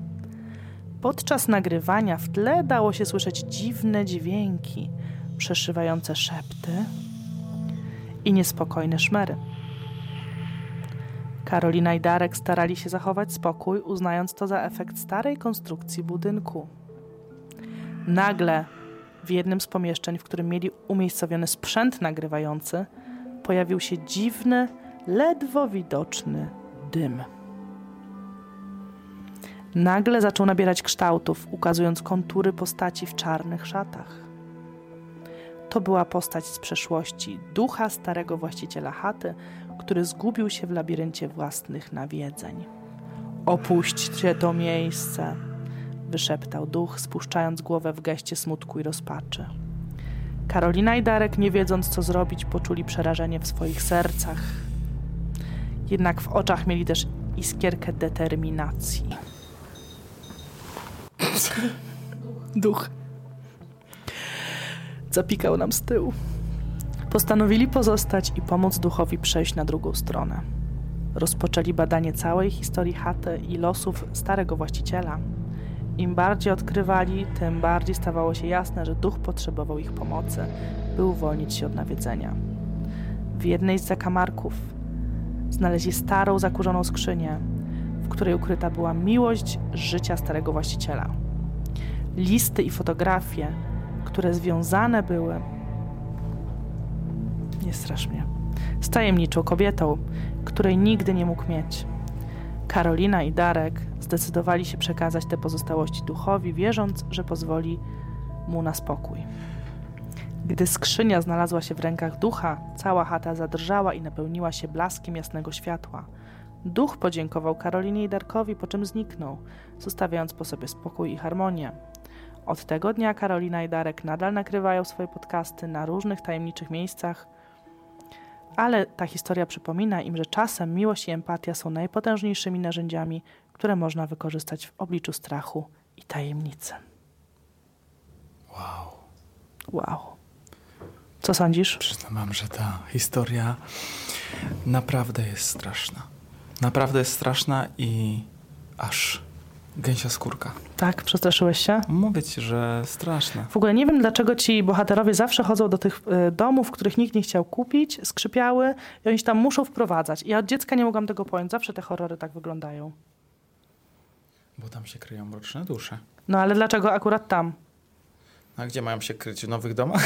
Podczas nagrywania w tle dało się słyszeć dziwne dźwięki, przeszywające szepty i niespokojne szmery. Karolina i Darek starali się zachować spokój, uznając to za efekt starej konstrukcji budynku. Nagle w jednym z pomieszczeń, w którym mieli umiejscowiony sprzęt nagrywający, pojawił się dziwny, ledwo widoczny dym. Nagle zaczął nabierać kształtów, ukazując kontury postaci w czarnych szatach. To była postać z przeszłości, ducha starego właściciela chaty, który zgubił się w labiryncie własnych nawiedzeń. Opuśćcie to miejsce, wyszeptał duch, spuszczając głowę w geście smutku i rozpaczy. Karolina i Darek, nie wiedząc co zrobić, poczuli przerażenie w swoich sercach. Jednak w oczach mieli też iskierkę determinacji. Duch. Zapikał nam z tyłu. Postanowili pozostać i pomóc duchowi przejść na drugą stronę. Rozpoczęli badanie całej historii chaty i losów starego właściciela Im bardziej odkrywali, tym bardziej stawało się jasne, że duch potrzebował ich pomocy, by uwolnić się od nawiedzenia. W jednej z zakamarków znaleźli starą, zakurzoną skrzynię, w której ukryta była miłość życia starego właściciela. Listy i fotografie, które związane były. Nie strasz mnie. Z tajemniczą kobietą, której nigdy nie mógł mieć. Karolina i Darek zdecydowali się przekazać te pozostałości duchowi, wierząc, że pozwoli mu na spokój. Gdy skrzynia znalazła się w rękach ducha, cała chata zadrżała i napełniła się blaskiem jasnego światła. Duch podziękował Karolinie i Darkowi, po czym zniknął, zostawiając po sobie spokój i harmonię. Od tego dnia Karolina i Darek nadal nakrywają swoje podcasty na różnych tajemniczych miejscach, ale ta historia przypomina im, że czasem miłość i empatia są najpotężniejszymi narzędziami, które można wykorzystać w obliczu strachu i tajemnicy.
Wow.
Wow. Co sądzisz?
Przyznam wam, że ta historia naprawdę jest straszna. Naprawdę jest straszna i aż gęsia skórka.
Tak, przestraszyłeś się?
Mówię ci, że straszna.
W ogóle nie wiem, dlaczego ci bohaterowie zawsze chodzą do tych e, domów, których nikt nie chciał kupić, skrzypiały i oni się tam muszą wprowadzać. Ja od dziecka nie mogłam tego pojąć. Zawsze te horrory tak wyglądają.
Bo tam się kryją mroczne dusze.
No ale dlaczego akurat tam?
A gdzie mają się kryć? W nowych domach?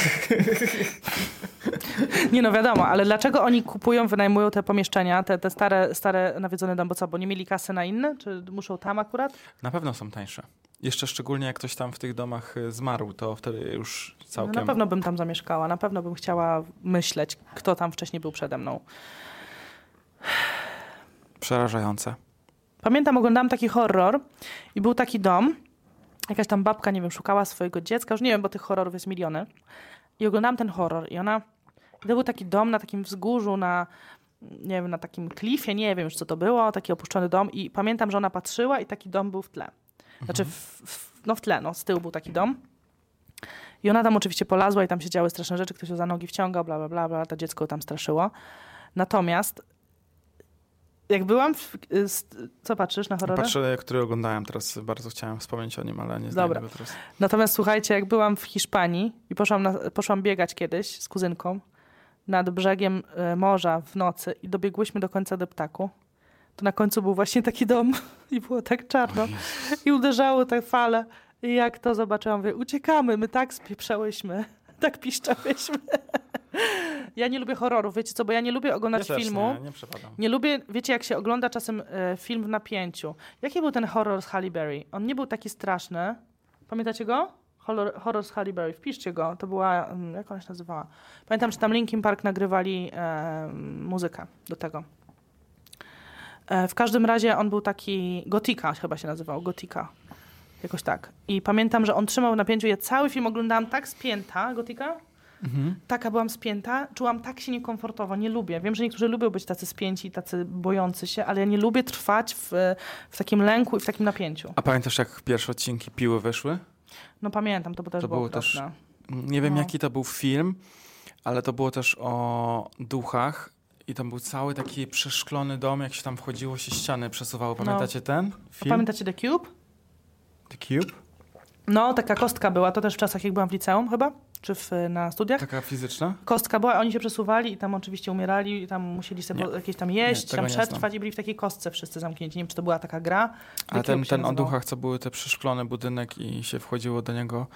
Nie no wiadomo, ale dlaczego oni kupują, wynajmują te pomieszczenia, te, te stare, stare nawiedzone dom, bo co, bo nie mieli kasy na inne? Czy muszą tam akurat? No,
Na pewno są tańsze. Jeszcze szczególnie jak ktoś tam w tych domach y, zmarł, to wtedy już
No,
całkiem...
na pewno bym tam zamieszkała, na pewno bym chciała myśleć, kto tam wcześniej był przede mną.
Przerażające.
Pamiętam, oglądałam taki horror i był taki dom. Jakaś tam babka, nie wiem, szukała swojego dziecka, już nie wiem, bo tych horrorów jest miliony. I oglądałam ten horror i ona... I to był taki dom na takim wzgórzu, na, nie wiem, na takim klifie, nie wiem już co to było, taki opuszczony dom i pamiętam, że ona patrzyła i taki dom był w tle. Znaczy, w, w, no w tle, no, z tyłu był taki dom. I ona tam oczywiście polazła i tam się działy straszne rzeczy, ktoś ją za nogi wciągał, bla, bla, bla, bla, to dziecko tam straszyło. Natomiast jak byłam w, y, z- co patrzysz na horror?
Patrzę, który oglądałem teraz, bardzo chciałem wspomnieć o nim, ale nie
Dobra.
znajdę go teraz.
Natomiast słuchajcie, jak byłam w Hiszpanii i poszłam, na, poszłam biegać kiedyś z kuzynką nad brzegiem e, morza w nocy i dobiegłyśmy do końca deptaku, to na końcu był właśnie taki dom (laughs) i było tak czarno i uderzały te fale. I jak to zobaczyłam, mówię, uciekamy, my tak spieprzałyśmy, (laughs) tak piszczałyśmy. (laughs) ja nie lubię horrorów, wiecie co, bo ja nie lubię oglądać
Ja też
filmu.
Nie, nie przepadam.
Nie lubię, wiecie, jak się ogląda czasem e, film w napięciu. Jaki był ten horror z Halle Berry? On nie był taki straszny. Pamiętacie go? Horror, horror z Halle Berry. Wpiszcie go. To była, mm, jak ona się nazywała? Pamiętam, że tam Linkin Park nagrywali e, muzykę do tego. E, w każdym razie on był taki, Gotika chyba się nazywał, Gotika. Jakoś tak. I pamiętam, że on trzymał w napięciu. Ja cały film oglądałam tak spięta, Gotika?
Mhm.
taka byłam spięta, czułam tak się niekomfortowo, nie lubię. Wiem, że niektórzy lubią być tacy spięci, tacy bojący się, ale ja nie lubię trwać w, w takim lęku i w takim napięciu.
A pamiętasz, jak pierwsze odcinki Piły wyszły?
No pamiętam, to bo też
To
było,
było też-
okropne.
Nie wiem,
No.
jaki to był film, ale to było też o duchach. I tam był cały taki przeszklony dom, jak się tam wchodziło, się ściany przesuwały.
No.
Pamiętacie ten
A
film?
Pamiętacie The Cube?
The Cube?
No, taka kostka była, to też w czasach, jak byłam w liceum chyba, czy w, na studiach.
Taka fizyczna?
Kostka była, oni się przesuwali i tam oczywiście umierali i tam musieli sobie
Nie.
jakieś tam jeść,
tego
tam
nie
przetrwać i byli w takiej kostce wszyscy zamknięci. Nie wiem, czy to była taka gra. The
A ten,
Cube się
ten o
nazywał.
duchach, co były te przeszklony budynek i się wchodziło do niego,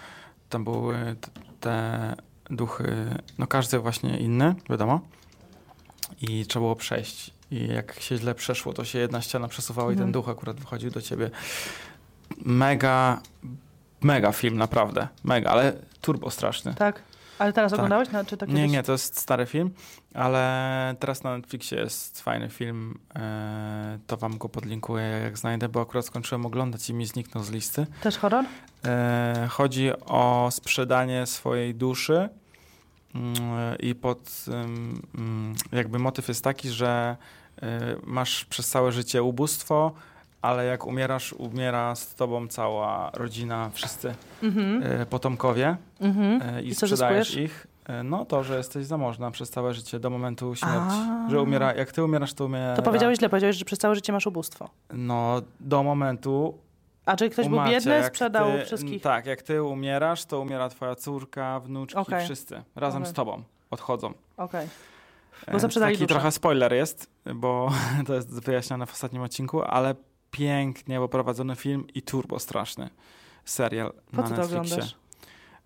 tam były t- te duchy, no każdy właśnie inny, wiadomo. I trzeba było przejść. I jak się źle przeszło, to się jedna ściana przesuwała i
Mhm.
ten duch akurat wychodził do ciebie. Mega, mega film, naprawdę. Mega, ale turbo straszny.
Tak. Ale teraz
Tak.
oglądałeś? No, czy to
Nie,
kiedyś-
nie, to jest stary film, ale teraz na Netflixie jest fajny film. e, To wam go podlinkuję, jak znajdę, bo akurat skończyłem oglądać i mi zniknął z listy.
Też horror?
E, Chodzi o sprzedanie swojej duszy mm, i pod ym, mm, jakby motyw jest taki, że y, masz przez całe życie ubóstwo, ale jak umierasz, umiera z tobą cała rodzina, wszyscy
Mhm.
y, potomkowie.
mhm.
E, i,
I co
sprzedajesz
zyskujesz?
ich, e, no to, że jesteś zamożna przez całe życie do momentu śmierci.
A.
Że umiera, jak ty umierasz, to umiera.
To powiedziałeś źle, powiedziałeś, że przez całe życie masz ubóstwo.
No, do momentu
A czy ktoś był
Umarcie,
biedny,
jak
sprzedał
ty,
wszystkich.
Tak, jak ty umierasz, to umiera twoja córka, wnuczki,
Okej.
wszyscy. Razem
Okej.
z tobą odchodzą.
Okej.
E,
zaprzedali
Taki
duszę.
trochę spoiler jest, bo (laughs) to jest wyjaśniane w ostatnim odcinku, ale pięknie poprowadzony film i turbo straszny serial
Po
na
co to
Netflixie.
oglądasz?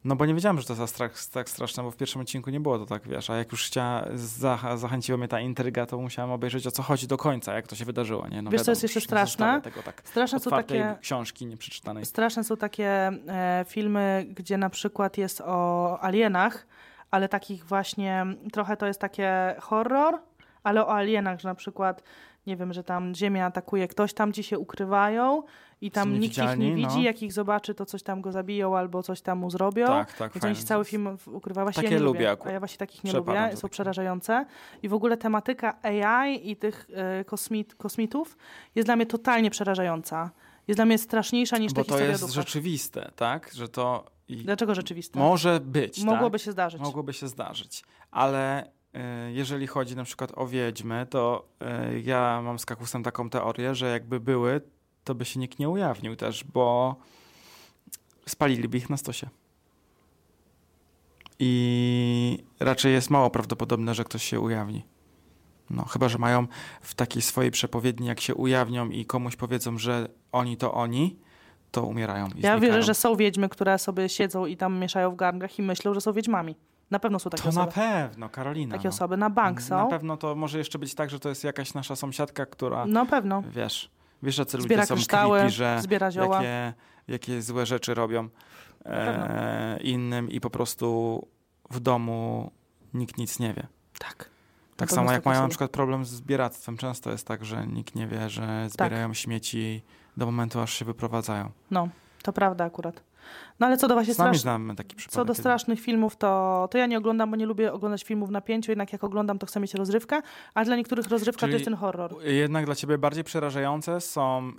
No bo nie wiedziałem, że to jest tak, tak straszne, bo w pierwszym odcinku nie było to tak, wiesz, a jak już chcia, zaha, zachęciła mnie ta intryga, to musiałem obejrzeć o co chodzi do końca, jak to się wydarzyło, nie? No
Wiesz, co
wiadomo,
jest jeszcze
już nie zostawię
straszne?
Tego, tak,
Straszne są
otwartej
takie...
książki nieprzeczytanej.
Straszne są takie e, filmy, gdzie na przykład jest o alienach, ale takich właśnie, trochę to jest takie horror, ale o alienach, że na przykład, nie wiem, że tam Ziemia atakuje, ktoś tam ci się ukrywają i tam nikt ich nie
niewidzialni,
widzi,
no.
jak ich zobaczy, to coś tam go zabiją albo coś tam mu zrobią.
Tak, tak,
Więc oni
fajne.
się cały film w- ukrywa. Właśnie
Takie
ja nie
lubię
lubię,
akurat.
a ja właśnie takich nie
Przepadam
lubię,
za
są
takimi.
przerażające. I w ogóle tematyka AI i tych e, kosmit, kosmitów jest dla mnie totalnie przerażająca. Jest dla mnie straszniejsza niż
Bo
te
to
historie
jest
ducha.
rzeczywiste, tak? Że to i
Dlaczego rzeczywiste?
może być,
Znaczy, Mogłoby
tak?
się zdarzyć.
Mogłoby się zdarzyć, ale y, jeżeli chodzi na przykład o wiedźmy, to y, ja mam z Kakusem taką teorię, że jakby były, to by się nikt nie ujawnił też, bo spaliliby ich na stosie. I raczej jest mało prawdopodobne, że ktoś się ujawni. No, chyba, że mają w takiej swojej przepowiedni, jak się ujawnią i komuś powiedzą, że oni to oni, to umierają. I
Ja wierzę,
znikają.
że są wiedźmy, które sobie siedzą i tam mieszają w garnkach i myślą, że są wiedźmami. Na pewno są takie
To na
osoby.
pewno, Karolina.
Takie
no.
osoby na bank
Na
są.
pewno to może jeszcze być tak, że to jest jakaś nasza sąsiadka, która,
No pewno.
wiesz, wiesz, jacy
Zbiera
ludzie są
kryształy,
creepy, że
zbiera
E,
zioła.
jakie, jakie złe rzeczy robią e, innym i po prostu w domu nikt nic nie wie.
Tak.
Tak
pewno
samo
są
jak
takie
mają na
osoby.
przykład problem z zbieractwem. Często jest tak, że nikt nie wie, że zbierają
Tak.
śmieci do momentu, aż się wyprowadzają.
No, to prawda akurat. No ale co do właśnie
Sami
strasz...
znamy taki przypadek.
Co do strasznych filmów, to, to ja nie oglądam, bo nie lubię oglądać filmów w napięciu, jednak jak oglądam, to chcę mieć rozrywkę, a dla niektórych rozrywka
Czyli-
to jest ten horror.
Jednak dla ciebie bardziej przerażające są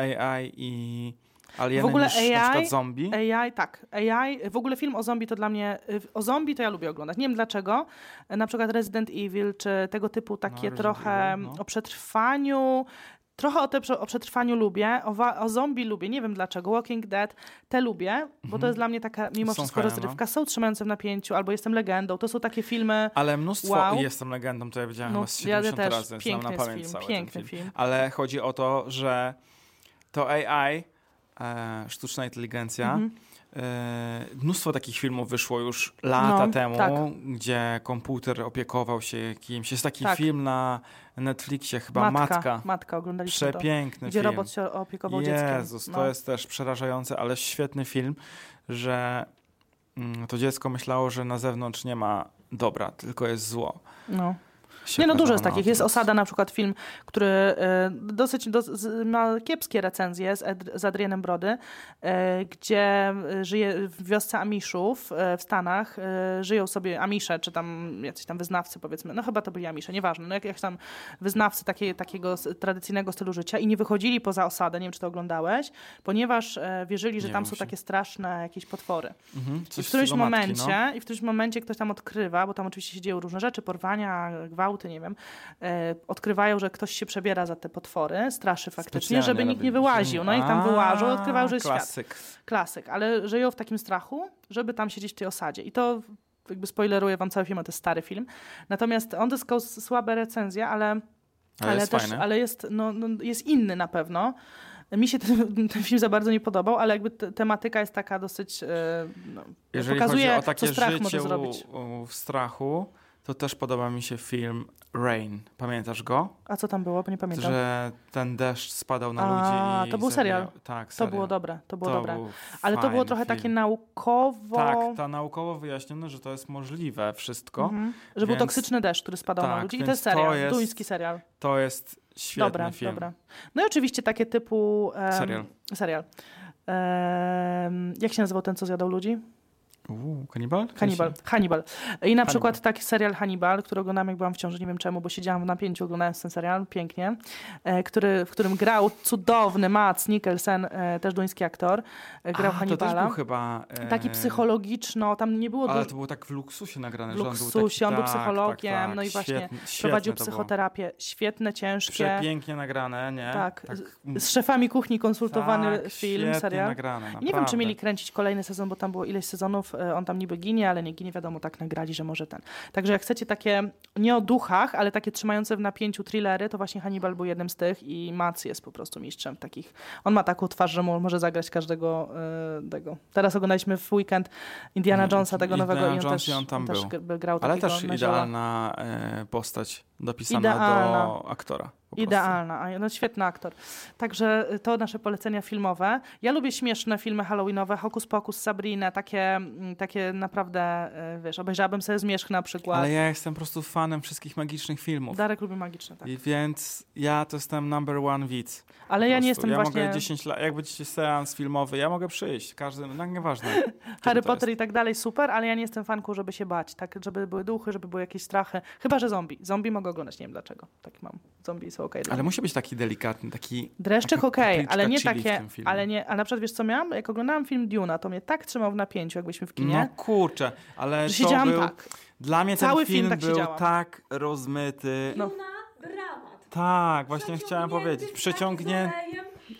e, AI i alieny
W ogóle
niż na
AI
przykład zombie.
AI, tak. AI, w ogóle film o zombie to dla mnie, y, o zombie to ja lubię oglądać. Nie wiem dlaczego. E, Na przykład Resident Evil, czy tego typu takie
Resident
trochę
Evil, no.
o przetrwaniu. Trochę o, te, prze- o przetrwaniu lubię, o, wa- o zombie lubię, nie wiem dlaczego, Walking Dead, te lubię, bo to jest dla mnie taka mimo
Mhm. Są
wszystko
fajne, no.
rozrywka, są trzymające w napięciu, albo jestem legendą, to są takie filmy,
Ale mnóstwo,
Wow.
i jestem legendą, to ja widziałem
No,
Tak, chyba z
ja
70
też.
razy, znam
Piękny
na
jest
pamięć
film,
cały
piękny
ten film.
film.
Ale chodzi o to, że to AI, e, sztuczna inteligencja,
Mhm.
e, mnóstwo takich filmów wyszło już lata
No,
temu,
tak.
gdzie komputer opiekował się kimś. Jest taki
Tak.
film na Netflixie, chyba Matka.
matka, matka oglądaliśmy to.
Przepiękny
Gdzie
film.
robot się opiekował dzieckiem. No.
Jezus, to jest też przerażające, ale świetny film, że mm, to dziecko myślało, że na zewnątrz nie ma dobra, tylko jest zło.
No.
Się
Nie no, dużo
okazało
jest
na
takich. Jest
odwrót.
Osada na przykład, film, który e, dosyć dos- z, ma kiepskie recenzje z, Ed, z Adrianem Brody, e, gdzie e, żyje w wiosce Amiszów e, w Stanach. e, Żyją sobie Amisze, czy tam jacyś tam wyznawcy powiedzmy. No chyba to byli Amisze, nieważne. No jak, jak tam wyznawcy takie, takiego s- tradycyjnego stylu życia i nie wychodzili poza osadę, nie wiem czy to oglądałeś, ponieważ e, wierzyli, że
Nie
tam
mam
są
się.
takie straszne jakieś potwory.
Mhm,
I
coś
w którymś
stylu matki, no.
momencie, i w którymś momencie ktoś tam odkrywa, bo tam oczywiście się dzieją różne rzeczy, porwania, gwałty, nie wiem, e, odkrywają, że ktoś się przebiera za te potwory, straszy faktycznie,
Specjalnie
żeby nikt nie
robili.
wyłaził. No i tam
A,
wyłażą, odkrywają, że jest świat.
klasyk.
Klasyk, ale żyją w takim strachu, żeby tam siedzieć w tej osadzie. I to jakby spoileruję wam cały film, a to jest stary film. Natomiast on zyskał s- słabe recenzje, ale
Ale,
ale,
jest
też,
fajny.
ale jest, no, no, jest inny na pewno. Mi się ten, (laughs) ten film za bardzo nie podobał, ale jakby te, tematyka jest taka dosyć. e, No,
Jeżeli
pokazuje,
chodzi o takie
co strach może
życie u-
zrobić.
u- w strachu, to też podoba mi się film Rain. Pamiętasz go?
A co tam było? Bo nie pamiętam.
Że ten deszcz spadał na
A,
ludzi. i
to był serial.
zabijał- Tak,
to
serial.
było dobre, to było
To
dobre.
był
ale to było
fajny
trochę
film.
takie naukowo.
Tak, ta naukowo wyjaśnione, że to jest możliwe wszystko.
Mhm. Że był
więc-
toksyczny deszcz, który spadał na
tak,
ludzi. I to
więc
jest
to
serial,
jest
duński serial.
To jest świetny
Dobra,
film.
dobra. No i oczywiście takie typu. em,
Serial.
serial. Em, jak się nazywał ten, co zjadał ludzi?
Uuu, kanibal?
Hannibal. Hannibal. I na przykład taki serial Hannibal, który oglądałam jak byłam w ciąży, nie wiem czemu, bo siedziałam w napięciu, oglądając ten serial, pięknie, e, który, w którym grał cudowny Mats Mikkelsen, e, też duński aktor, e, grał
A, To też
Hannibala.
był chyba... e,
Taki psychologiczno, tam nie było
Ale
dużo,
to było tak w luksusie nagrane,
W
że on był
luksusie,
taki,
on był
tak,
psychologiem,
tak, tak,
no i właśnie
świetny, świetne
prowadził
to było.
psychoterapię, świetne, ciężkie.
Przepięknie nagrane, nie? tak,
Tak, Z szefami kuchni konsultowany film,
świetnie
serial.
Nagrane,
I Nie wiem, czy
naprawdę.
mieli kręcić kolejny sezon, bo tam było ileś sezonów, e, on tam niby ginie, ale nie ginie, wiadomo, tak nagrali, że może ten. Także jak chcecie takie, nie o duchach, ale takie trzymające w napięciu thrillery, to właśnie Hannibal był jednym z tych i Mac jest po prostu mistrzem w takich. On ma taką twarz, że mu może zagrać każdego e, tego. Teraz oglądaliśmy w weekend Indiana
Mm,
Jonesa, tego
Indiana
nowego i on
Jones
też,
i on tam
on też
był.
gr- grał
Ale
takiego
też
męża.
idealna e, postać dopisana
Idealna.
do aktora. po prostu.
Idealna, a no świetny aktor. Także y, to nasze polecenia filmowe. Ja lubię śmieszne filmy halloweenowe, Hocus Pocus, Sabrina, takie, mm, takie naprawdę, y, wiesz, obejrzałabym sobie Zmierzch na przykład.
Ale ja jestem po prostu fanem wszystkich magicznych filmów.
Darek lubi magiczne, tak.
I więc ja to jestem number one widz. po
Ale ja
prostu.
nie jestem
ja
właśnie
mogę 10 lat, jak będzie seans filmowy, ja mogę przyjść. Każdy, no
(laughs)
nieważne. kiedy
Harry
to
Potter i tak dalej, super, ale ja nie jestem fanką, żeby się bać, tak, żeby były duchy, żeby były jakieś strachy. Chyba, że zombie. Zombie mogę oglądać, nie wiem dlaczego. Tak mam. Zombie są okej. dla
Ale
mnie.
musi być taki delikatny, taki...
Dreszczyk
taka
okej,
kapliczka
ale nie
chili w
takie,
tym filmie.
ale nie, a na przykład wiesz co miałam? Jak oglądałam film Duna, to mnie tak trzymał w napięciu, jak byliśmy w
No
kinie,
kurczę, ale
że
to
siedziałam
był...
tak.
Dla mnie
Cały
ten film,
film tak
był
siedziałam.
tak rozmyty.
No.
Na dramat.
Tak, właśnie chciałem powiedzieć.
tak
Przeciągnie...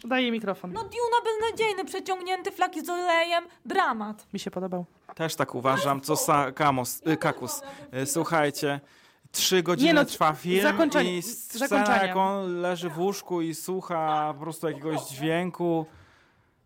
Daję mikrofon.
No Duna beznadziejny, przeciągnięty flaki z olejem, dramat.
Mi się podobał.
Też tak uważam, co sa, kamos, y, kakus. Y, Słuchajcie, trzy godziny
Nie no,
trwa film
zakończenie-
i scena,
zakończenie.
jak on leży w łóżku i słucha po prostu jakiegoś dźwięku.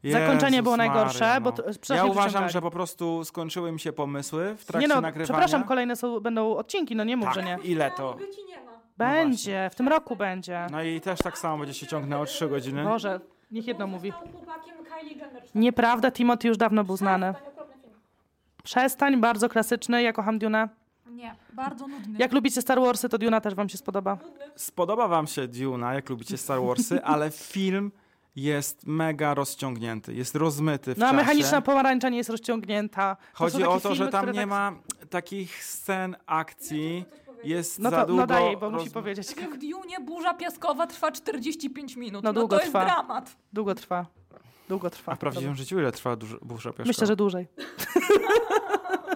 Zakończenie było
Maria,
najgorsze,
no.
bo to-
Ja
strasznie
uważam,
wyciągali.
że po prostu skończyły mi się pomysły w
Nie
trakcie
no,
nagrywania.
przepraszam, kolejne są, będą odcinki, no nie mów,
Tak.
że nie.
Ile to?
Dzieci nie ma.
Będzie, w tym roku będzie.
No i też tak samo będzie się ciągnęło trzy godziny.
Boże, niech jedno mówi.
Został chłopakiem Kylie Jenner.
Nieprawda, Timothy już dawno był znany.
Tak, okropny film.
Przestań, bardzo klasyczny, ja kocham Duna.
Nie, bardzo nudny.
Jak lubicie Star Warsy, to Duna też wam się spodoba.
Spodoba wam się Duna, jak lubicie Star
(laughs)
Warsy, ale film jest mega rozciągnięty, jest rozmyty w
No a
czasie.
mechaniczna pomarańcza nie jest rozciągnięta. To są
Chodzi
takie
o to, że
filmy,
tam
które
nie
tak-
ma takich scen akcji, jest
No
za
to
długo...
no daj jej, bo musi
roz-
powiedzieć.
Jak w Dune burza piaskowa trwa 45 minut.
No
No,
długo
to jest
trwa.
dramat.
Długo trwa. Długo trwa.
A w prawdziwym życiu ile trwa dużo, burza pieszka?
Myślę, że dłużej.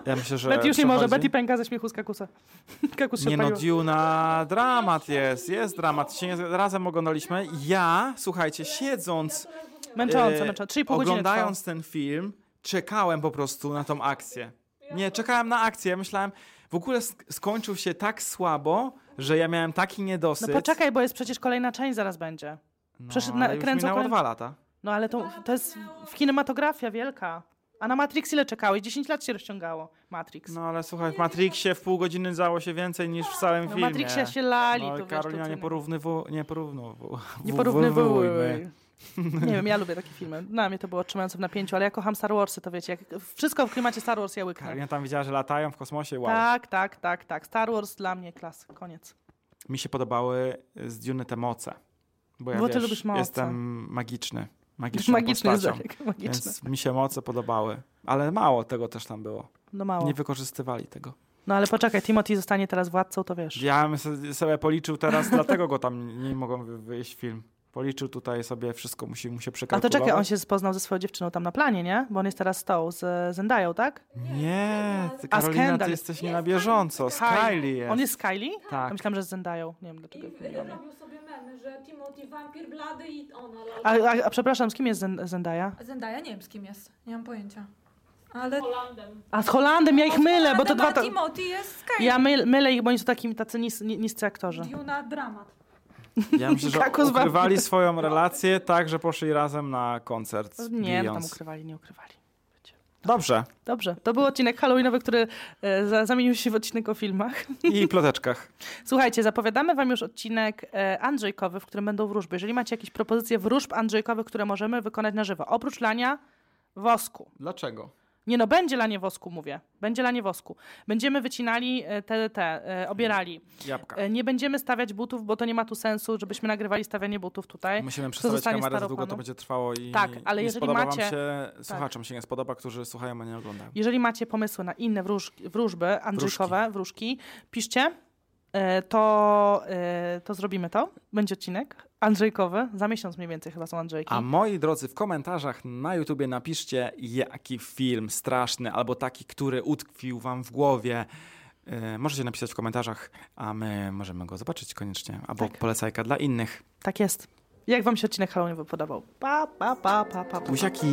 Ja myślę, że
Betty już nie może,
przechodzi.
Betty pęka ze śmiechu z kakusa. (laughs) Kakus się
Nie no,
palił.
Duna, dramat jest, jest dramat. Się nie, razem oglądaliśmy. Ja, słuchajcie, siedząc,
Męczące,
e,
męczące. 3,5 godziny trwa.
oglądając ten film, czekałem po prostu na tą akcję. Nie, czekałem na akcję, myślałem, w ogóle sk- skończył się tak słabo, że ja miałem taki
No
niedosyt.
poczekaj, bo jest przecież kolejna część zaraz będzie.
no,
przecież
ale
na-
już
kręcą
minęło
kolejny-
dwa lata.
No ale to, to jest w kinematografia wielka. A na Matrix ile czekałeś? 10 lat się rozciągało. Matrix. No,
No ale słuchaj, w Matrixie w pół godziny działo się więcej niż w całym
w
filmie.
Matrixie się lali.
No,
to
Karolina
wiesz, to
nie porównywu, nie porównywu,
nie
w-
porównywuj.
wywołujmy.
(laughs) Nie wiem, ja lubię takie filmy. Dla mnie to było trzymające w napięciu, ale ja kocham Star Warsy, to wiecie, jak wszystko w klimacie Star Wars ja łyknę.
Karolina tam widziała, że latają w kosmosie, wow.
Tak, tak, tak, tak. Star Wars dla mnie klas, koniec.
Mi się podobały z Dune te moce. Bo ja
Bo ty
wiesz,
lubisz moce.
jestem magiczny. Magiczną
Magiczny jest
postacią.
Darek, magiczny.
Więc mi się moce podobały. Ale mało tego też tam było.
No mało.
Nie wykorzystywali tego.
No ale poczekaj, Timothy zostanie teraz władcą, to wiesz.
Ja bym se- sobie policzył teraz, dlatego go tam nie mogą wy- wyjść film. Policzył tutaj sobie wszystko, musi mu się
A to
przekalkulować.
czekaj, on się poznał ze swoją dziewczyną tam na planie, nie? Bo on jest teraz z tą, z Zendayą, tak?
Nie, ty,
A
Karolina,
Skandal
ty
jest-
jesteś nie na bieżąco. Z Kylie jest.
On jest z Kylie?
Tak.
Ja myślałam, że z Zendayą. Nie wiem dlaczego. pomyliłam je.
Robił sobie memy, że Timothy wampir blady i ona lala.
A, a, a przepraszam, z kim jest Zen- Zendaya?
Zendaya nie wiem z kim jest, nie mam pojęcia. Ale
A z Holandem, ja ich mylę, bo to dwa... To...
Timothy jest z Kylie.
Ja myl, mylę ich, bo oni są takimi tacy nis, ni- niscy aktorzy.
Duna dramat.
Ja myślę, że
Kakus wam-
ukrywali swoją relację tak, że poszli razem na koncert. z
Nie, no tam
Beyoncé.
ukrywali, nie ukrywali.
Dobrze.
Dobrze, to był odcinek halloweenowy, który e, za- zamienił się w odcinek o filmach.
I ploteczkach.
Słuchajcie, zapowiadamy wam już odcinek e, Andrzejkowy, w którym będą wróżby. Jeżeli macie jakieś propozycje wróżb Andrzejkowych, które możemy wykonać na żywo, oprócz lania wosku.
Dlaczego?
Nie no, będzie lanie wosku, mówię. Będzie lanie wosku. Będziemy wycinali e, te, te e, obierali.
Jabłka.
E, Nie będziemy stawiać butów, bo to nie ma tu sensu, żebyśmy nagrywali stawianie butów tutaj.
Musimy
To
przestawiać
zostanie
kamerę, za długo
staropanu.
to będzie trwało i
Tak, ale
nie
jeżeli
spodoba
macie- tak.
wam się, słuchaczom się nie spodoba, którzy słuchają, a nie oglądają.
Jeżeli macie pomysły na inne wróż, wróżby andrzejkowe, wróżki, piszcie, e, to, e, to zrobimy to. Będzie odcinek andrzejkowy. Za miesiąc mniej więcej chyba są andrzejki.
A moi drodzy, w komentarzach na YouTubie napiszcie, jaki film straszny albo taki, który utkwił wam w głowie. E, możecie napisać w komentarzach, a my możemy go zobaczyć koniecznie. Albo
Tak.
polecajka dla innych.
Tak jest. Jak wam się odcinek Halloween podobał? Pa, pa, pa, pa, pa. pa.
Buziaki!